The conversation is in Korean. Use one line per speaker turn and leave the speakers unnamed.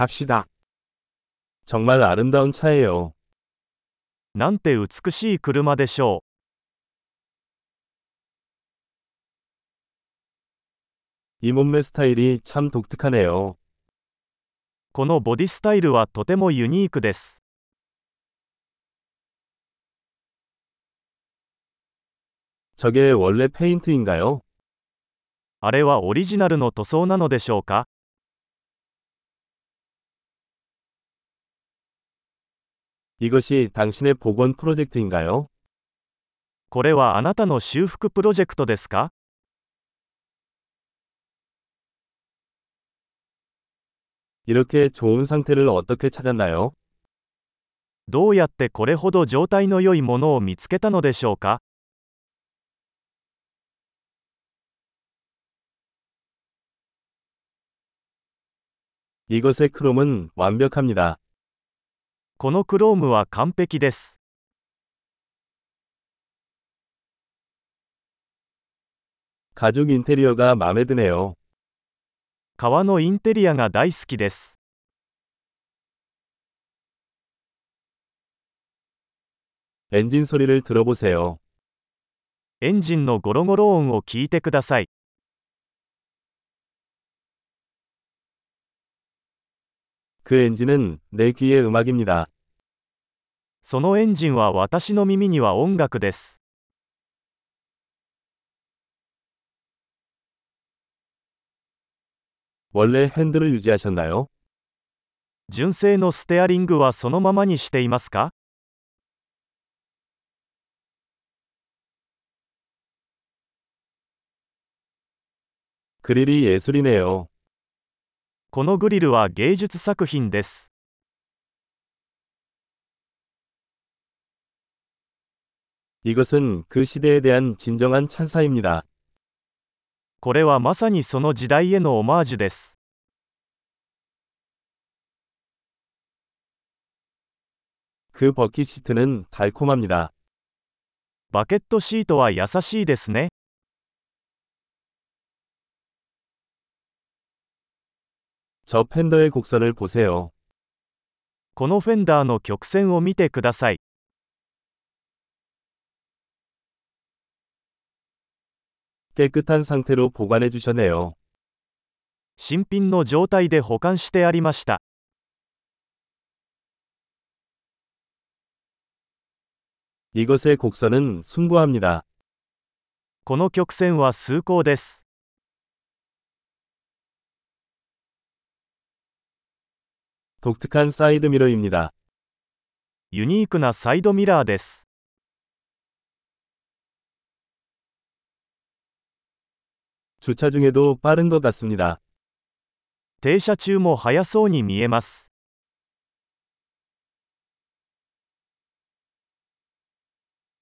갑시다.
정말 아름다운 차예요.
なんて美しい車でしょ
이 몸매 스타일이 참 독특하네요.
う。このボディスタイルはとてもユニークです。
저게 원래 페인트인가요?
あれはオリジナルの塗装なのでしょうか
이것이 당신의 복원 프로젝트인가요?
これはあなたの修復プロジェクトですか
이렇게 좋은 상태를 어떻게 찾았나요?
どうやってこれほど状態の良いものを見つけたのでしょうか
이것의 크롬은 완벽합니다.
このクロームは完璧です。
가죽 인테리어가 마음에 드네요.
革のインテリアが大好きです。
엔진 소리를 들어보세요.
エンジンのゴロゴロ音を聞いてください。
그 엔진은 내 귀의 음악입니다.
そのエンジンは私の耳には音楽です。
원래 핸들을 유지하셨나요?
純正のステアリングはそのままにしていますか
그릴이 예술이네요.
このグリルは芸術作品です。
이것은 그 시대에 대한 진정한 찬사입니다.
これはまさにその時代へのオマージュです。
그 버킷 시트는 달콤합니다.
バケットシートは優しいですね。
저 팬더의 곡선을 보세요.
このフェンダーの曲線を見てください。
깨끗한 상태로 보관해 주셨네요.
新品の状態で保管してありました。
이것의 곡선은 숭고합니다.
この曲線は崇高です。
독특한 사이드 미러입니다.
ユニークなサイドミラーです。
주차 중에도 빠른 것 같습니다.
停車中も速そうに見えます。